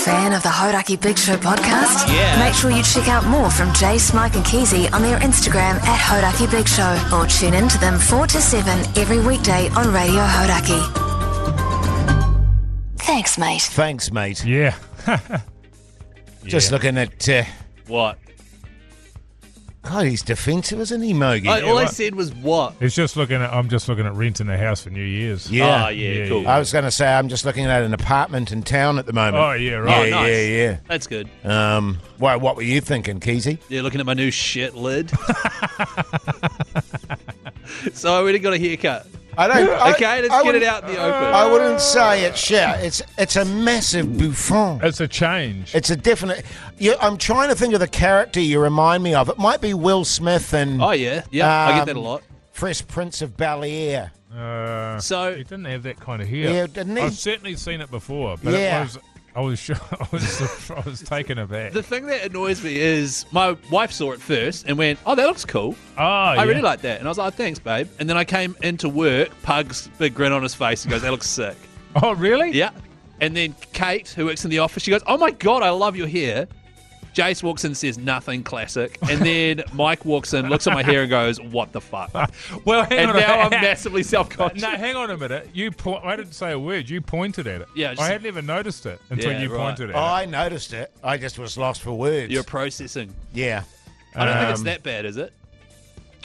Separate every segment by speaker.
Speaker 1: Fan of the Hodaki Big Show podcast?
Speaker 2: Yeah.
Speaker 1: Make sure you check out more from Jay, Smike, and Keezy on their Instagram at Hodaki Big Show or tune in to them 4 to 7 every weekday on Radio Hodaki. Thanks, mate.
Speaker 3: Thanks, mate.
Speaker 4: Yeah.
Speaker 3: Just looking at. Uh,
Speaker 2: What?
Speaker 3: God, he's defensive, isn't he, Mogi?
Speaker 2: I, all I
Speaker 3: right.
Speaker 2: said was what.
Speaker 4: It's just looking at, I'm just looking at renting a house for New Year's.
Speaker 3: yeah.
Speaker 2: Ah, yeah,
Speaker 4: Yeah,
Speaker 2: cool.
Speaker 3: I was going to say, I'm just looking at an apartment in town at the moment.
Speaker 4: Oh, yeah, right.
Speaker 3: Yeah,
Speaker 2: Oh, nice.
Speaker 3: yeah,
Speaker 2: That's good.
Speaker 3: yeah. Um, well, what were you thinking, Keezy?
Speaker 2: Yeah, looking at my new shit lid. so I already got a haircut.
Speaker 3: I don't. I-
Speaker 2: Okay, let's
Speaker 3: I
Speaker 2: get it
Speaker 3: wouldn't- uh,
Speaker 2: out in the open.
Speaker 3: I wouldn't say it's shit. It's it's a massive bouffon.
Speaker 4: It's a change.
Speaker 3: It's a definite. You, I'm trying to think of the character you remind me of. It might be Will Smith and
Speaker 2: oh yeah, yeah, I get that a
Speaker 3: Um,
Speaker 2: lot.
Speaker 3: Fresh Prince of Bel Air.
Speaker 4: Uh,
Speaker 2: So-
Speaker 4: he didn't have that kind of hair.
Speaker 3: Yeah, didn't he?
Speaker 4: I've certainly seen it before, but
Speaker 3: Yeah.
Speaker 4: it was. I was sure. I was. I was taken aback.
Speaker 2: The thing that annoys me is my wife saw it first and went, "Oh, that looks cool.
Speaker 4: oh,
Speaker 2: I really like that." And I was like, "Thanks, babe." And then I came into work, Pug's big grin on his face, and goes, "That looks sick."
Speaker 4: Oh, really?
Speaker 2: Yeah. And then Kate, who works in the office, she goes, Oh my God, I love your hair. Jace walks in and says, Nothing classic. And then Mike walks in, looks at my hair, and goes, What the fuck?
Speaker 4: Well, hang
Speaker 2: And
Speaker 4: on. a
Speaker 2: now I'm
Speaker 4: minute.
Speaker 2: massively self conscious.
Speaker 4: No, hang on a minute. You. Po- I didn't say a word. You pointed at it.
Speaker 2: Yeah, just-
Speaker 4: I hadn't even noticed it until
Speaker 2: Yeah,
Speaker 4: you
Speaker 2: right. Oh,
Speaker 4: pointed at it.
Speaker 3: I noticed it. I just was lost for words.
Speaker 2: You're processing.
Speaker 3: yeah.
Speaker 2: I don't think it's
Speaker 4: Um,
Speaker 2: that bad, is it?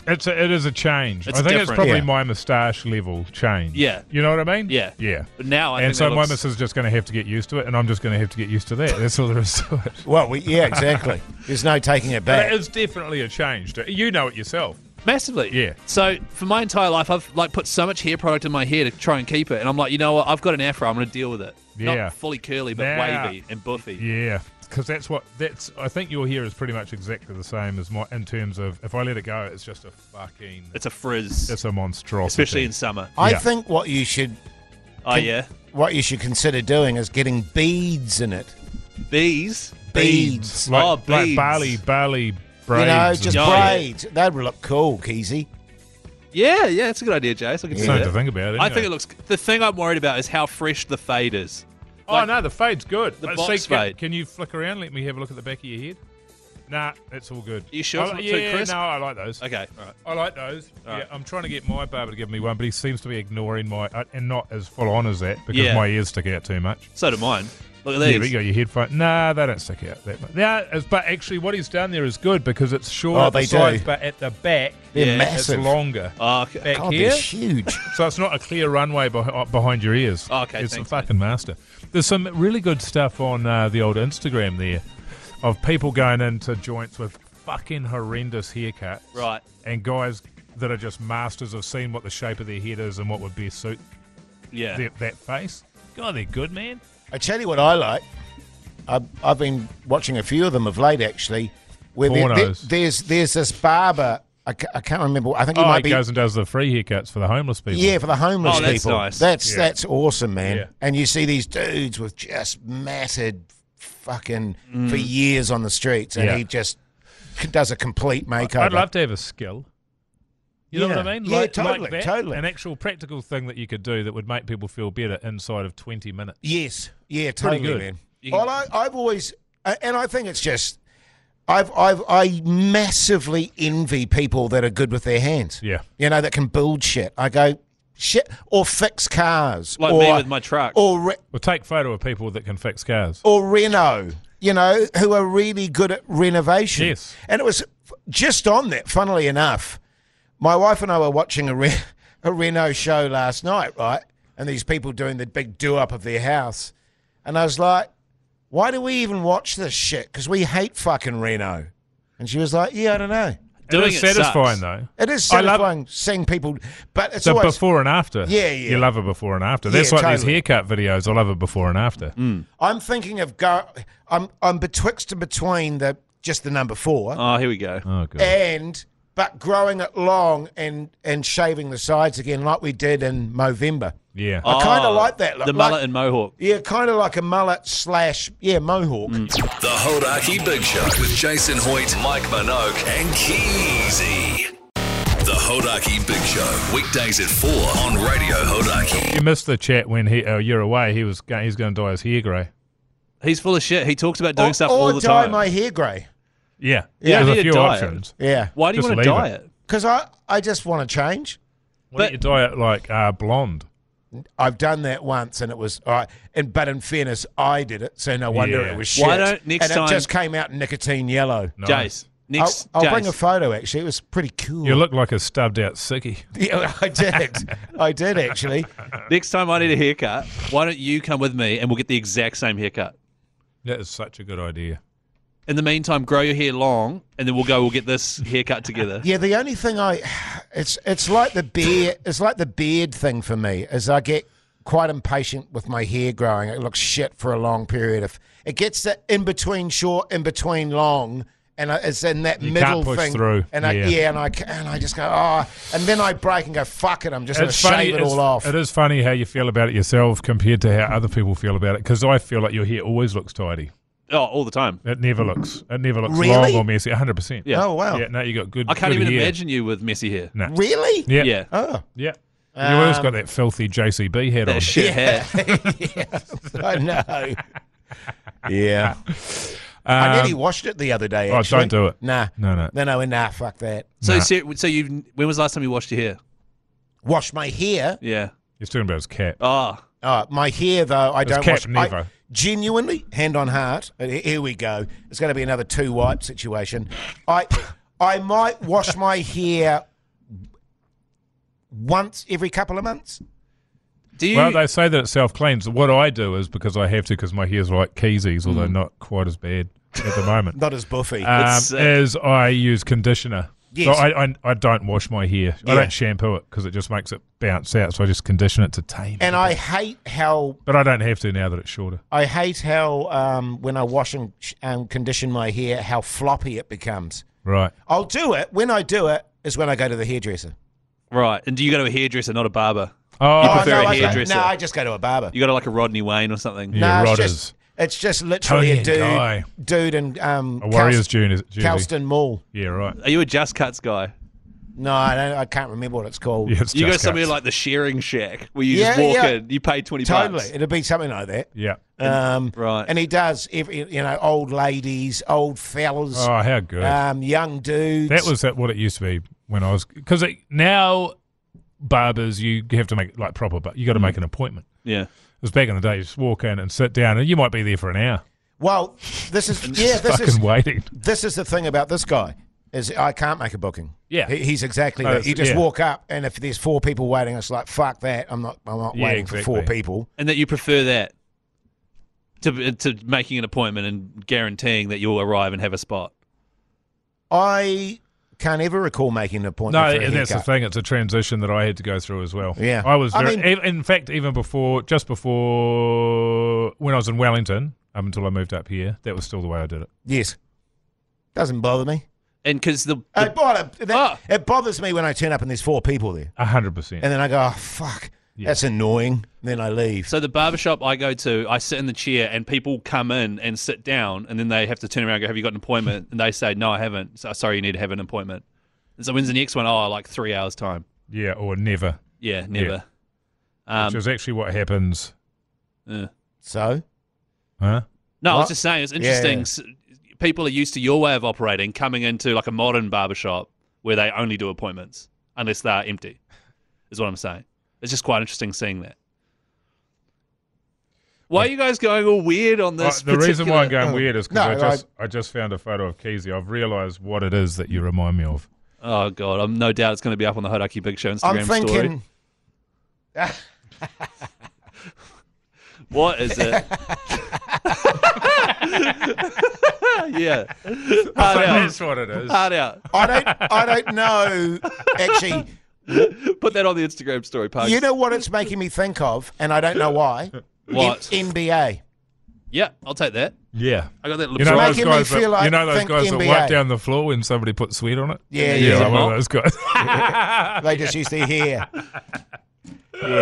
Speaker 4: It's a, it is a change.
Speaker 2: It's
Speaker 4: I think
Speaker 2: different.
Speaker 4: it's probably
Speaker 3: Yeah.
Speaker 4: my moustache level change.
Speaker 2: Yeah.
Speaker 4: You know what I mean?
Speaker 2: Yeah.
Speaker 4: Yeah.
Speaker 2: But now I
Speaker 4: and
Speaker 2: think
Speaker 4: so
Speaker 2: that
Speaker 4: my
Speaker 2: looks-
Speaker 4: missus is just going to have to get used to it, and I'm just going to have to get used to that. That's all there is to it.
Speaker 3: Well, we, yeah, exactly. There's no taking it
Speaker 4: But it
Speaker 3: back.
Speaker 4: is definitely a change. You know it yourself.
Speaker 2: Massively.
Speaker 4: Yeah.
Speaker 2: So for my entire life, I've like put so much hair product in my hair to try and keep it. And I'm like, you know what? I've got an afro. I'm going to deal with it.
Speaker 4: Yeah.
Speaker 2: Not fully curly, but
Speaker 4: Now-
Speaker 2: wavy and buffy.
Speaker 4: Yeah, because that's what that's. I think your hair is pretty much exactly the same as my in terms of if I let it go, it's just a fucking.
Speaker 2: It's a frizz,
Speaker 4: It's a monstrosity.
Speaker 2: especially in summer.
Speaker 3: I
Speaker 4: yeah.
Speaker 3: think what you should
Speaker 2: Oh, yeah.
Speaker 3: what you should consider doing is getting beads in it.
Speaker 2: Bees.
Speaker 3: Beads.
Speaker 4: like,
Speaker 2: Oh,
Speaker 4: like
Speaker 2: beads.
Speaker 4: barley, barley braids.
Speaker 3: you know,
Speaker 4: and-
Speaker 3: just
Speaker 2: Oh, yeah.
Speaker 3: braids. That would look cool, Keezy.
Speaker 2: Yeah, yeah, it's a good idea, Jace. I can see
Speaker 4: Something
Speaker 2: that.
Speaker 4: to think about,
Speaker 2: I
Speaker 4: isn't
Speaker 2: think
Speaker 4: it?
Speaker 2: it looks. The thing I'm worried about is how fresh the fade is.
Speaker 4: oh
Speaker 2: like-
Speaker 4: no, the fade's good.
Speaker 2: The
Speaker 4: Let's
Speaker 2: box
Speaker 4: see, can-
Speaker 2: fade.
Speaker 4: Can, you flick around? Let me have a look at the back of your head. Nah, it's all good.
Speaker 2: You sure
Speaker 4: I
Speaker 2: it's
Speaker 4: li-
Speaker 2: not too
Speaker 4: yeah,
Speaker 2: crisp?
Speaker 4: no, I like those.
Speaker 2: Okay, all right.
Speaker 4: I like those.
Speaker 2: All right.
Speaker 4: Yeah, I'm trying to get my barber to give me one, but he seems to be ignoring my uh, and not as full on as that because
Speaker 2: Yeah.
Speaker 4: my ears stick out too much.
Speaker 2: So do mine. Look at
Speaker 4: Yeah, but
Speaker 2: these.
Speaker 4: you got your headphone. Nah, they don't stick out that much. Nah, it's- but actually, what he's done there is good because it's short
Speaker 3: Oh,
Speaker 4: at the
Speaker 3: they
Speaker 4: sides,
Speaker 3: do.
Speaker 4: but at the back,
Speaker 3: They're
Speaker 2: Yeah,
Speaker 4: it's
Speaker 3: massive.
Speaker 4: longer.
Speaker 2: Oh, okay.
Speaker 4: back
Speaker 3: God,
Speaker 4: here,
Speaker 3: they're huge.
Speaker 4: so it's not a clear runway beh- behind your ears.
Speaker 2: Oh, okay,
Speaker 4: it's
Speaker 2: thanks,
Speaker 4: a fucking master. There's some really good stuff on uh, the old Instagram there of people going into joints with fucking horrendous haircuts,
Speaker 2: Right.
Speaker 4: And guys that are just masters of seeing what the shape of their head is and what would best suit
Speaker 2: Yeah.
Speaker 4: their, that face. God, they're good, man.
Speaker 3: I tell you what I like. I've, I've been watching a few of them of late, actually. Where there- there-
Speaker 4: Pornos.
Speaker 3: there's there's this barber. I, ca- I can't remember. I think he
Speaker 4: oh,
Speaker 3: might
Speaker 4: he
Speaker 3: be.
Speaker 4: goes and does the free haircuts for the homeless people.
Speaker 3: yeah, for the homeless
Speaker 2: Oh, that's
Speaker 3: people.
Speaker 2: nice.
Speaker 3: That's
Speaker 4: Yeah.
Speaker 3: that's awesome, man.
Speaker 4: Yeah.
Speaker 3: And you see these dudes with just matted fucking for
Speaker 2: Mm.
Speaker 3: years on the streets, and
Speaker 4: Yeah.
Speaker 3: he just c- does a complete makeover.
Speaker 4: I'd love to have a skill. You know
Speaker 3: Yeah.
Speaker 4: what I mean?
Speaker 3: Yeah, totally,
Speaker 4: that,
Speaker 3: totally.
Speaker 4: An actual practical thing that you could do that would make people feel better inside of 20 minutes.
Speaker 3: Yes. Yeah, totally,
Speaker 4: Pretty good.
Speaker 3: man.
Speaker 2: You can-
Speaker 3: Well, I, I've always, a- and I think it's just, I've, I've, I massively envy people that are good with their hands.
Speaker 4: Yeah.
Speaker 3: You know, that can build shit. I go, shit, or fix cars.
Speaker 2: Like
Speaker 3: or,
Speaker 2: me with my truck.
Speaker 3: Or, re-
Speaker 4: Well, take photo of people that can fix cars.
Speaker 3: or Reno, you know, who are really good at renovation.
Speaker 4: Yes.
Speaker 3: And it was f- just on that, funnily enough. My wife and I were watching a, re- a Reno show last night, right? And these people doing the big do up of their house. And I was like, why do we even watch this shit? Because we hate fucking Reno. And she was like, yeah, I don't know.
Speaker 2: Doing
Speaker 4: it
Speaker 2: it
Speaker 4: is satisfying,
Speaker 2: sucks.
Speaker 4: though.
Speaker 3: It is
Speaker 4: I love-
Speaker 3: satisfying seeing people, but it's
Speaker 4: The
Speaker 3: always.
Speaker 4: before and after.
Speaker 3: Yeah, yeah.
Speaker 4: You love a before and after. That's
Speaker 3: Yeah,
Speaker 4: like these
Speaker 3: totally. Mm.
Speaker 4: haircut videos. I love a before and after.
Speaker 3: I'm thinking of go. I'm I'm betwixt and between the just the number four.
Speaker 2: Oh, here we go.
Speaker 4: Oh, God.
Speaker 3: and but growing it long and and shaving the sides again like we did in Movember.
Speaker 4: yeah.
Speaker 3: I kind
Speaker 2: Oh,
Speaker 3: of like that.
Speaker 2: The
Speaker 3: like,
Speaker 2: mullet and mohawk.
Speaker 3: yeah, kind of like a mullet slash yeah mohawk.
Speaker 2: Mm,
Speaker 5: The Hodaki Big Show with Jason Hoyt, Mike Minogue, and Keezy. The Hodaki Big Show, weekdays at 4 on Radio Hodaki.
Speaker 4: oh, You missed the chat when he, uh, you're away. He was go- He's going to dye his hair grey.
Speaker 2: He's full of shit. He talks about doing
Speaker 3: or,
Speaker 2: stuff
Speaker 3: or
Speaker 2: all the
Speaker 3: dye
Speaker 2: time.
Speaker 3: my hair grey.
Speaker 4: Yeah,
Speaker 2: Yeah, I
Speaker 4: There's
Speaker 2: need
Speaker 4: a
Speaker 2: a
Speaker 4: few
Speaker 2: diet.
Speaker 4: options.
Speaker 3: Yeah,
Speaker 2: Why do you
Speaker 4: Just
Speaker 2: want to
Speaker 4: leave
Speaker 2: dye
Speaker 4: it.
Speaker 2: it?
Speaker 3: because I I just want to change.
Speaker 4: Why don't you dye it like uh, blonde?
Speaker 3: I've done that once, and it was all right. And but in fairness, I did it, so no wonder
Speaker 4: Yeah.
Speaker 3: it was shit.
Speaker 2: Why don't next
Speaker 3: and it
Speaker 2: time-
Speaker 3: just came out nicotine yellow.
Speaker 4: No.
Speaker 2: Jace. Next,
Speaker 3: I'll, I'll
Speaker 2: Jace.
Speaker 3: bring a photo. Actually, it was pretty cool.
Speaker 4: You look like a stubbed out sickie.
Speaker 3: yeah, I did. I did actually.
Speaker 2: next time I need a haircut, why don't you come with me and we'll get the exact same haircut?
Speaker 4: That is such a good idea.
Speaker 2: In the meantime, grow your hair long, and then we'll go. We'll get this haircut together.
Speaker 3: Yeah, the only thing I, it's it's like the beard. It's like the beard thing for me is I get quite impatient with my hair growing. It looks shit for a long period. If it gets that in between short, in between long, and I, it's in that
Speaker 4: You can't
Speaker 3: middle
Speaker 4: push
Speaker 3: thing.
Speaker 4: through,
Speaker 3: And I,
Speaker 4: yeah.
Speaker 3: yeah. and I ca- and I just go oh, and then I break and go fuck it. I'm just gonna shave it
Speaker 4: it's-
Speaker 3: all off.
Speaker 4: it is funny how you feel about it yourself compared to how other people feel about it. Because I feel like your hair always looks tidy.
Speaker 2: Oh, all the time.
Speaker 4: It never looks. It never looks
Speaker 3: Really?
Speaker 4: long or messy. One hundred percent.
Speaker 2: Yeah.
Speaker 3: Oh wow,
Speaker 4: Yeah. No, you got good.
Speaker 2: I can't
Speaker 4: good
Speaker 2: even
Speaker 4: hair.
Speaker 2: imagine you with messy hair.
Speaker 4: No.
Speaker 3: really?
Speaker 4: Yeah.
Speaker 2: Yeah,
Speaker 3: Oh,
Speaker 4: Yeah. you always
Speaker 3: Um,
Speaker 4: got that filthy JCB head on.
Speaker 2: that shit hair.
Speaker 3: I know. yeah,
Speaker 4: Um,
Speaker 3: I nearly washed it the other day.
Speaker 4: oh,
Speaker 3: Actually.
Speaker 4: don't do it.
Speaker 3: Nah,
Speaker 4: No, no.
Speaker 3: no, no, nah. Fuck that.
Speaker 2: So,
Speaker 4: Nah.
Speaker 2: so, so you. When was the last time you washed your hair?
Speaker 3: Wash my hair.
Speaker 2: Yeah.
Speaker 4: He's talking about his cat.
Speaker 2: Oh,
Speaker 3: Oh, my hair though, I
Speaker 4: It's
Speaker 3: don't
Speaker 4: cat
Speaker 3: wash.
Speaker 4: never.
Speaker 3: I, genuinely, hand on heart. and he- Here we go. It's going to be another two wipe situation. I, I might wash my hair once every couple of months.
Speaker 2: do you?
Speaker 4: Well, they say that it self cleans. What I do is because I have to, because my hair's like Keezy's,
Speaker 2: Hmm.
Speaker 4: although not quite as bad at the moment.
Speaker 3: Not as buffy.
Speaker 4: um,
Speaker 2: It's, uh,
Speaker 4: is I use conditioner.
Speaker 3: Yes.
Speaker 4: So I, I, I don't wash my hair. I
Speaker 3: Yeah.
Speaker 4: don't shampoo it because it just makes it bounce out. So I just condition it to tame.
Speaker 3: and
Speaker 4: it.
Speaker 3: I hate how
Speaker 4: but I don't have to now that it's shorter.
Speaker 3: I hate how um, when I wash and um, condition my hair, how floppy it becomes.
Speaker 4: Right.
Speaker 3: I'll do it when I do it is when I go to the hairdresser.
Speaker 2: right. And do you go to a hairdresser, not a barber?
Speaker 4: Oh,
Speaker 2: You prefer a
Speaker 3: no, I go-
Speaker 2: hairdresser?
Speaker 3: No, I just go to a barber.
Speaker 2: You go to like a Rodney Wayne or something.
Speaker 4: Yeah.
Speaker 3: no,
Speaker 4: Rodders.
Speaker 3: it's just, it's just literally
Speaker 4: Tony
Speaker 3: a
Speaker 4: and
Speaker 3: dude,
Speaker 4: Guy.
Speaker 3: dude, and um,
Speaker 4: a Warriors
Speaker 3: Calst-
Speaker 4: Junior.
Speaker 3: Calston Mall.
Speaker 4: Yeah, right.
Speaker 2: Are you a Just Cuts guy?
Speaker 3: No, I don't. I can't remember what it's called.
Speaker 4: Yeah, it's
Speaker 2: You go
Speaker 4: just
Speaker 2: somewhere
Speaker 4: cuts.
Speaker 2: like the Shearing Shack where you just
Speaker 3: Yeah,
Speaker 2: walk
Speaker 3: yeah.
Speaker 2: in, you pay twenty
Speaker 3: Totally,
Speaker 2: bucks.
Speaker 3: it'd be something like that.
Speaker 4: Yeah.
Speaker 3: Um,
Speaker 2: Right.
Speaker 3: And he does every, you know, old ladies, old fellas,
Speaker 4: Oh, how good.
Speaker 3: um, young dudes.
Speaker 4: That was that what it used to be when I was because now barbers you have to make like proper, but you got to make an appointment.
Speaker 2: Yeah.
Speaker 4: It was back in the day. You just walk in and sit down, and you might be there for an hour.
Speaker 3: well. This is yeah. This
Speaker 4: fucking
Speaker 3: is
Speaker 4: waiting.
Speaker 3: this is the thing about this guy is I can't make a booking.
Speaker 4: Yeah.
Speaker 3: He- he's exactly
Speaker 4: No,
Speaker 3: that.
Speaker 4: it's-
Speaker 3: You just
Speaker 4: yeah.
Speaker 3: walk up, and if there's four people waiting, it's like fuck that. I'm not. I'm not
Speaker 4: Yeah,
Speaker 3: waiting for four
Speaker 4: exactly.
Speaker 3: people.
Speaker 2: And that you prefer that to to making an appointment and guaranteeing that you'll arrive and have a spot.
Speaker 3: I can't ever recall making an appointment.
Speaker 4: No,
Speaker 3: for a
Speaker 4: and that's the
Speaker 3: haircut.
Speaker 4: thing. It's a transition that I had to go through as well.
Speaker 3: Yeah.
Speaker 4: I was.
Speaker 3: I
Speaker 4: Very,
Speaker 3: mean-
Speaker 4: e- in fact, even before, just before when I was in Wellington, up until I moved up here, that was still the way I did it.
Speaker 3: Yes, doesn't bother me.
Speaker 2: And because the, the-
Speaker 3: It, bother,
Speaker 4: Ah.
Speaker 3: that,
Speaker 2: Oh.
Speaker 3: it bothers me when I turn up and there's four people there.
Speaker 4: A hundred percent.
Speaker 3: And then I go, oh, fuck, that's annoying. And then I leave.
Speaker 2: so the barbershop I go to, I sit in the chair and people come in and sit down, and then they have to turn around and go, "Have you got an appointment?" And they say, "No, I haven't." So sorry, you need to have an appointment. And so when's the next one? Oh, like three hours time.
Speaker 4: Yeah, or never.
Speaker 2: Yeah, never. Um,
Speaker 4: which is actually what happens.
Speaker 2: yeah.
Speaker 3: So,
Speaker 4: Huh?
Speaker 2: No, I was
Speaker 3: What?
Speaker 2: just saying it's
Speaker 3: Yeah,
Speaker 2: interesting. S- People are used to your way of operating, coming into like a modern barbershop where they only do appointments unless they are empty. Is what I'm saying. It's just quite interesting seeing that. Why are you guys going all weird on
Speaker 4: Uh,
Speaker 2: this?
Speaker 4: the reason why I'm
Speaker 2: particular-
Speaker 4: going weird is
Speaker 3: No,
Speaker 4: because I
Speaker 3: I-
Speaker 4: just I, just found a photo of Keezy. I've realised what it is that you remind me of.
Speaker 2: Oh god, I'm no doubt it's going to be up on the Hodaki Big Show Instagram
Speaker 3: I'm thinking,
Speaker 2: story. What is it? yeah, hard out,
Speaker 4: That's what it is.
Speaker 2: hard out.
Speaker 3: I don't, I don't know. Actually,
Speaker 2: Put that on the Instagram story, Parks.
Speaker 3: you know what it's making me think of, and I don't know why.
Speaker 2: What?
Speaker 3: N- NBA.
Speaker 2: yeah, I'll take that.
Speaker 4: Yeah.
Speaker 2: I got that.
Speaker 4: You know
Speaker 2: LeBron-
Speaker 4: those
Speaker 3: Making me
Speaker 4: guys, that,
Speaker 3: feel like
Speaker 4: you know those
Speaker 3: think
Speaker 4: guys that
Speaker 3: NBA.
Speaker 4: wipe down the floor when somebody puts sweat on it.
Speaker 3: Yeah,
Speaker 4: yeah,
Speaker 3: yeah.
Speaker 4: I'm one of those guys.
Speaker 3: They just use their hair.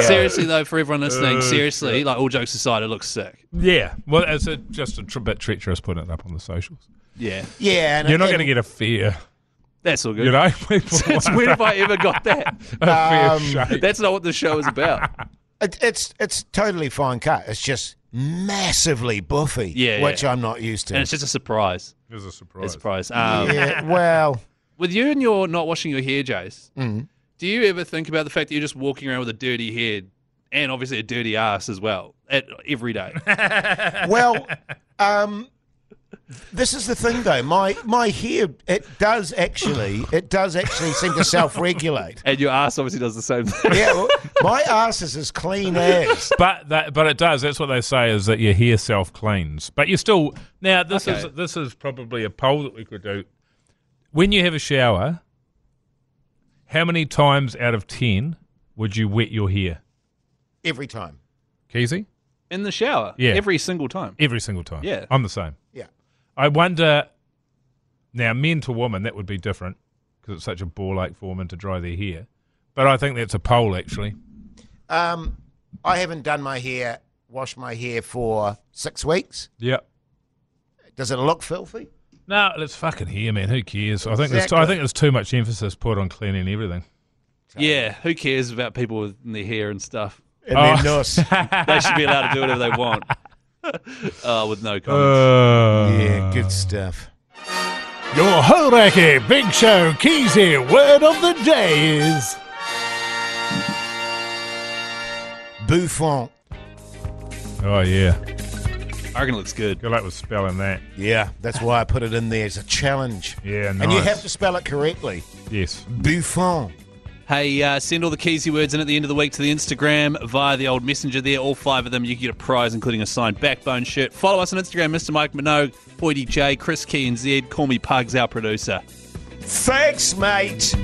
Speaker 2: Seriously though, for everyone listening, seriously, like all jokes aside, it looks sick.
Speaker 4: yeah, well, it's a, just a tr- bit treacherous putting it up on the socials.
Speaker 2: Yeah,
Speaker 3: Yeah. And
Speaker 4: You're not
Speaker 3: and-
Speaker 4: going to get a fair,
Speaker 2: that's all good.
Speaker 4: you know. People
Speaker 2: it's
Speaker 4: want
Speaker 2: weird if I ever got that.
Speaker 4: a fair
Speaker 3: Um,
Speaker 4: shake.
Speaker 2: That's not what the show is about.
Speaker 3: It, it's it's totally fine cut. It's just massively buffy,
Speaker 2: Yeah,
Speaker 3: which
Speaker 2: yeah.
Speaker 3: I'm not used to.
Speaker 2: and it's just a surprise.
Speaker 4: It was a surprise.
Speaker 2: It's a surprise. Um,
Speaker 3: yeah, well,
Speaker 2: With you and your not washing your hair, Jace, do you ever think about the fact that you're just walking around with a dirty head and obviously a dirty ass as well at, every day?
Speaker 3: well, um, this is the thing though. My my hair it does actually it does actually seem to self-regulate.
Speaker 2: and your ass obviously does the same thing.
Speaker 3: Yeah, well, my ass is as clean as.
Speaker 4: But that, but it does. That's what they say is that your hair self cleans. But you still now this
Speaker 2: Okay.
Speaker 4: is this is probably a poll that we could do. When you have a shower, how many times out of ten would you wet your hair,
Speaker 3: Every time.
Speaker 4: Keezy?
Speaker 2: In the shower.
Speaker 4: Yeah.
Speaker 2: Every single time.
Speaker 4: Every single time.
Speaker 2: Yeah.
Speaker 4: I'm the same.
Speaker 3: Yeah.
Speaker 4: I wonder now, men to women that would be different because it's such a ball ache for women to dry their hair. But I think that's a poll actually.
Speaker 3: Um, I haven't done my hair, washed my hair for six weeks.
Speaker 4: Yeah.
Speaker 3: Does it look filthy?
Speaker 4: No, it's fucking hair, man. Who cares? I think there's, I
Speaker 3: Exactly.
Speaker 4: think there's too much emphasis put on cleaning everything.
Speaker 2: Yeah. Who cares about people with in their hair and stuff?
Speaker 3: And
Speaker 4: Oh.
Speaker 3: then nuss.
Speaker 2: They should be allowed to do whatever they want. uh, with no comments.
Speaker 4: Uh.
Speaker 3: yeah, good stuff.
Speaker 4: Your Horaki Big Show Keezy word of the day is.
Speaker 3: Buffon.
Speaker 4: Oh, yeah.
Speaker 2: I reckon it looks good.
Speaker 4: Good luck with spelling that.
Speaker 3: Yeah, that's why I put it in there as a challenge.
Speaker 4: Yeah, nice.
Speaker 3: And you have to spell it correctly.
Speaker 4: Yes.
Speaker 3: Buffon.
Speaker 2: Hey, uh, send all the keysy words in at the end of the week to the Instagram via the old messenger there. All five of them, you can get a prize, including a signed backbone shirt. Follow us on Instagram, Mr. Mike Minogue, Boydie J, Chris Key and Zed. Call me Pugs, our producer.
Speaker 3: Thanks, mate.